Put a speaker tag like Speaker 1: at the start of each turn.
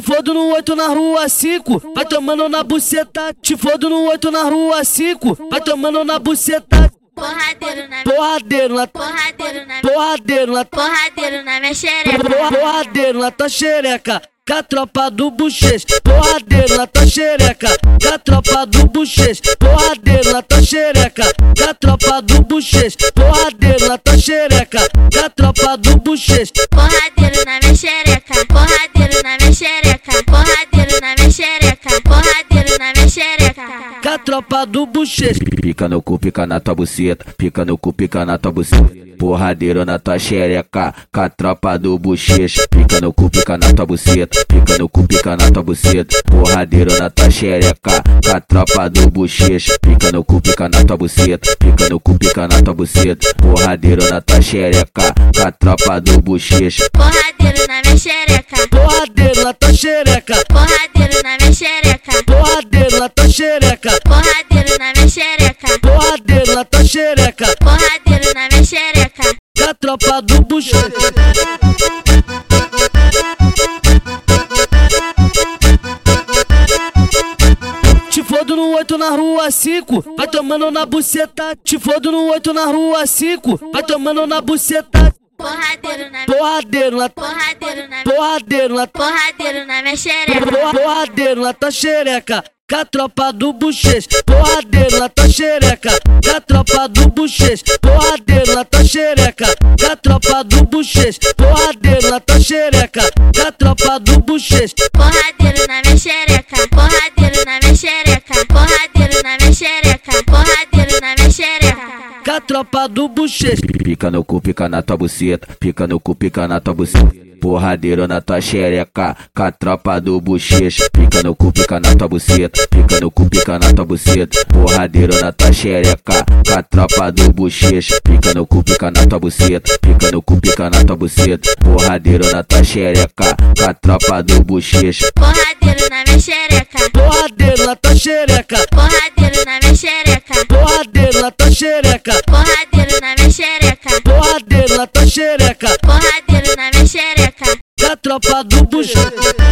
Speaker 1: fodo no oito na rua 5, vai tomando na buceta. Te fodo no oito na rua 5, vai tomando na buceta.
Speaker 2: Porradeiro na minha
Speaker 1: Porradeiro na
Speaker 2: Porradeiro na minha
Speaker 1: porradeiro na
Speaker 2: Porradeiro na minha xereca.
Speaker 1: porra- porradeiro na tua xereca. Com a tropa do bochecha, porradeiro na tua xereca. Com a tropa do bochecha, porradeiro na tua xereca. Com a tropa do bochecha, porradeiro na tua xereca. Com a tropa do bochecha,
Speaker 2: Porradeiro na minha xereca. Porradeiro na minha xereca. Porradeiro na minha xereca. Porradeiro na minha xereca.
Speaker 1: com a tropa do bochecha.
Speaker 3: Pica no cu, pica na tua buceta. Pica no cu, pica na tua buceta. Porradeiro na tua xereca, com a tropa do bochecha. Pica no cu, pica na tua buceta. Pica no cu, pica na tua buceta. Porradeiro na tua xereca, com a tropa do bochecha. Pica no cu, pica na tua buceta. Pica no cu, pica na tua buceta. Porradeiro na tua xereca, com a tropa do bochecha.
Speaker 2: Porradeiro na minha xereca.
Speaker 1: Porradeiro na tua xereca,
Speaker 2: Porradeiro na minha xereca.
Speaker 1: porradeiro na tua tá xereca,
Speaker 2: Porradeiro na minha xereca.
Speaker 1: porradeiro na tua xereca,
Speaker 2: Porradeiro na minha xereca.
Speaker 1: com a tropa do bochecha. Te fodo no oito na rua 5, vai tomando na buceta. Te fodo no oito na rua 5, vai tomando na buceta.
Speaker 2: Porradeiro na minha
Speaker 1: Porradeiro na
Speaker 2: Porradeiro na minha
Speaker 1: porradeiro na
Speaker 2: Porradeiro na minha xereca.
Speaker 1: Porra- Porradeiro na tua xereca, com a tropa do bochecha. Porradeiro na tua xereca, com a tropa do bochecha. Porradeiro na tua xereca, com a tropa do bochecha. Porradeiro na tua xereca, com a tropa do bochecha.
Speaker 2: Porradeiro na minha xereca. Porradeiro na minha xereca. Porradeiro na minha xereca. Porradeiro na minha xereca.
Speaker 1: Com a tropa do bochecha.
Speaker 3: Pica no cu, pica na tua buceta. Pica no cu, pica na tua buceta. Porradeiro na tua xereca, com a tropa do bochecha. Pica no cu, pica na tua buceta. Pica no cu, pica na tua buceta. Porradeiro na tua xereca, com a tropa do bochecha. Pica no cu, pica na tua buceta. Pica no cu, pica na tua buceta. Porradeiro na tua xereca, com a tropa do bochecha.
Speaker 2: Porradeiro na minha xereca.
Speaker 1: Porradeiro na tua xereca,
Speaker 2: Porradeiro na minha xereca.
Speaker 1: porradeiro na tua xereca.
Speaker 2: Porradeiro na minha xereca.
Speaker 1: Porradeiro na tua xereca,
Speaker 2: Porradeiro na minha xereca.
Speaker 1: com a tropa do bochecha.